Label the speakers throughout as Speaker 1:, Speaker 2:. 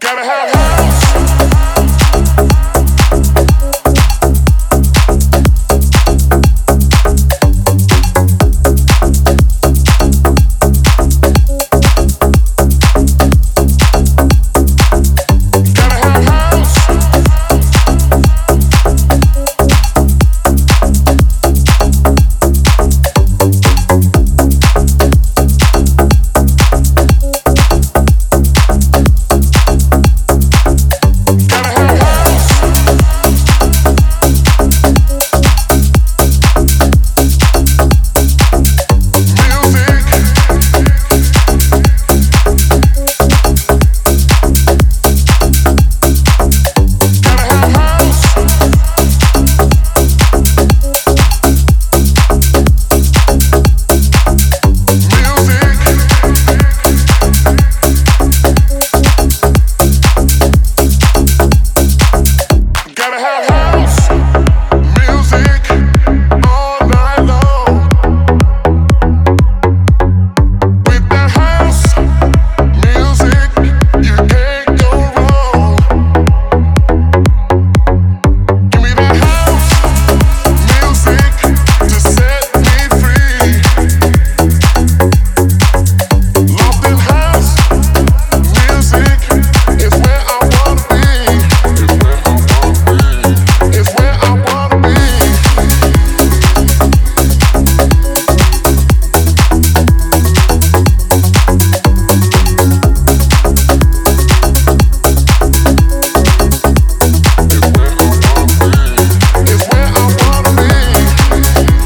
Speaker 1: Gotta have house. Gotta have house. Gotta have house. Music. Gotta have house. Music. Gotta have house. Music all night long. With that house music, you can't go wrong. Give me that house music to set me free. Love that house music is where I wanna be. Is where I wanna be. Is where I wanna be. It's where I wanna be.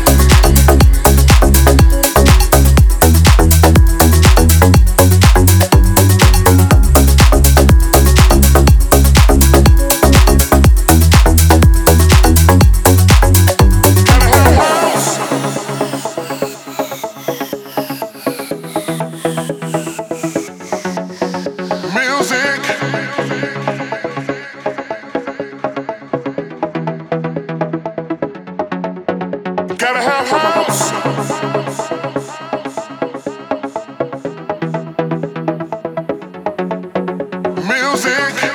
Speaker 1: Gotta have house. Music. Gotta have house. Music.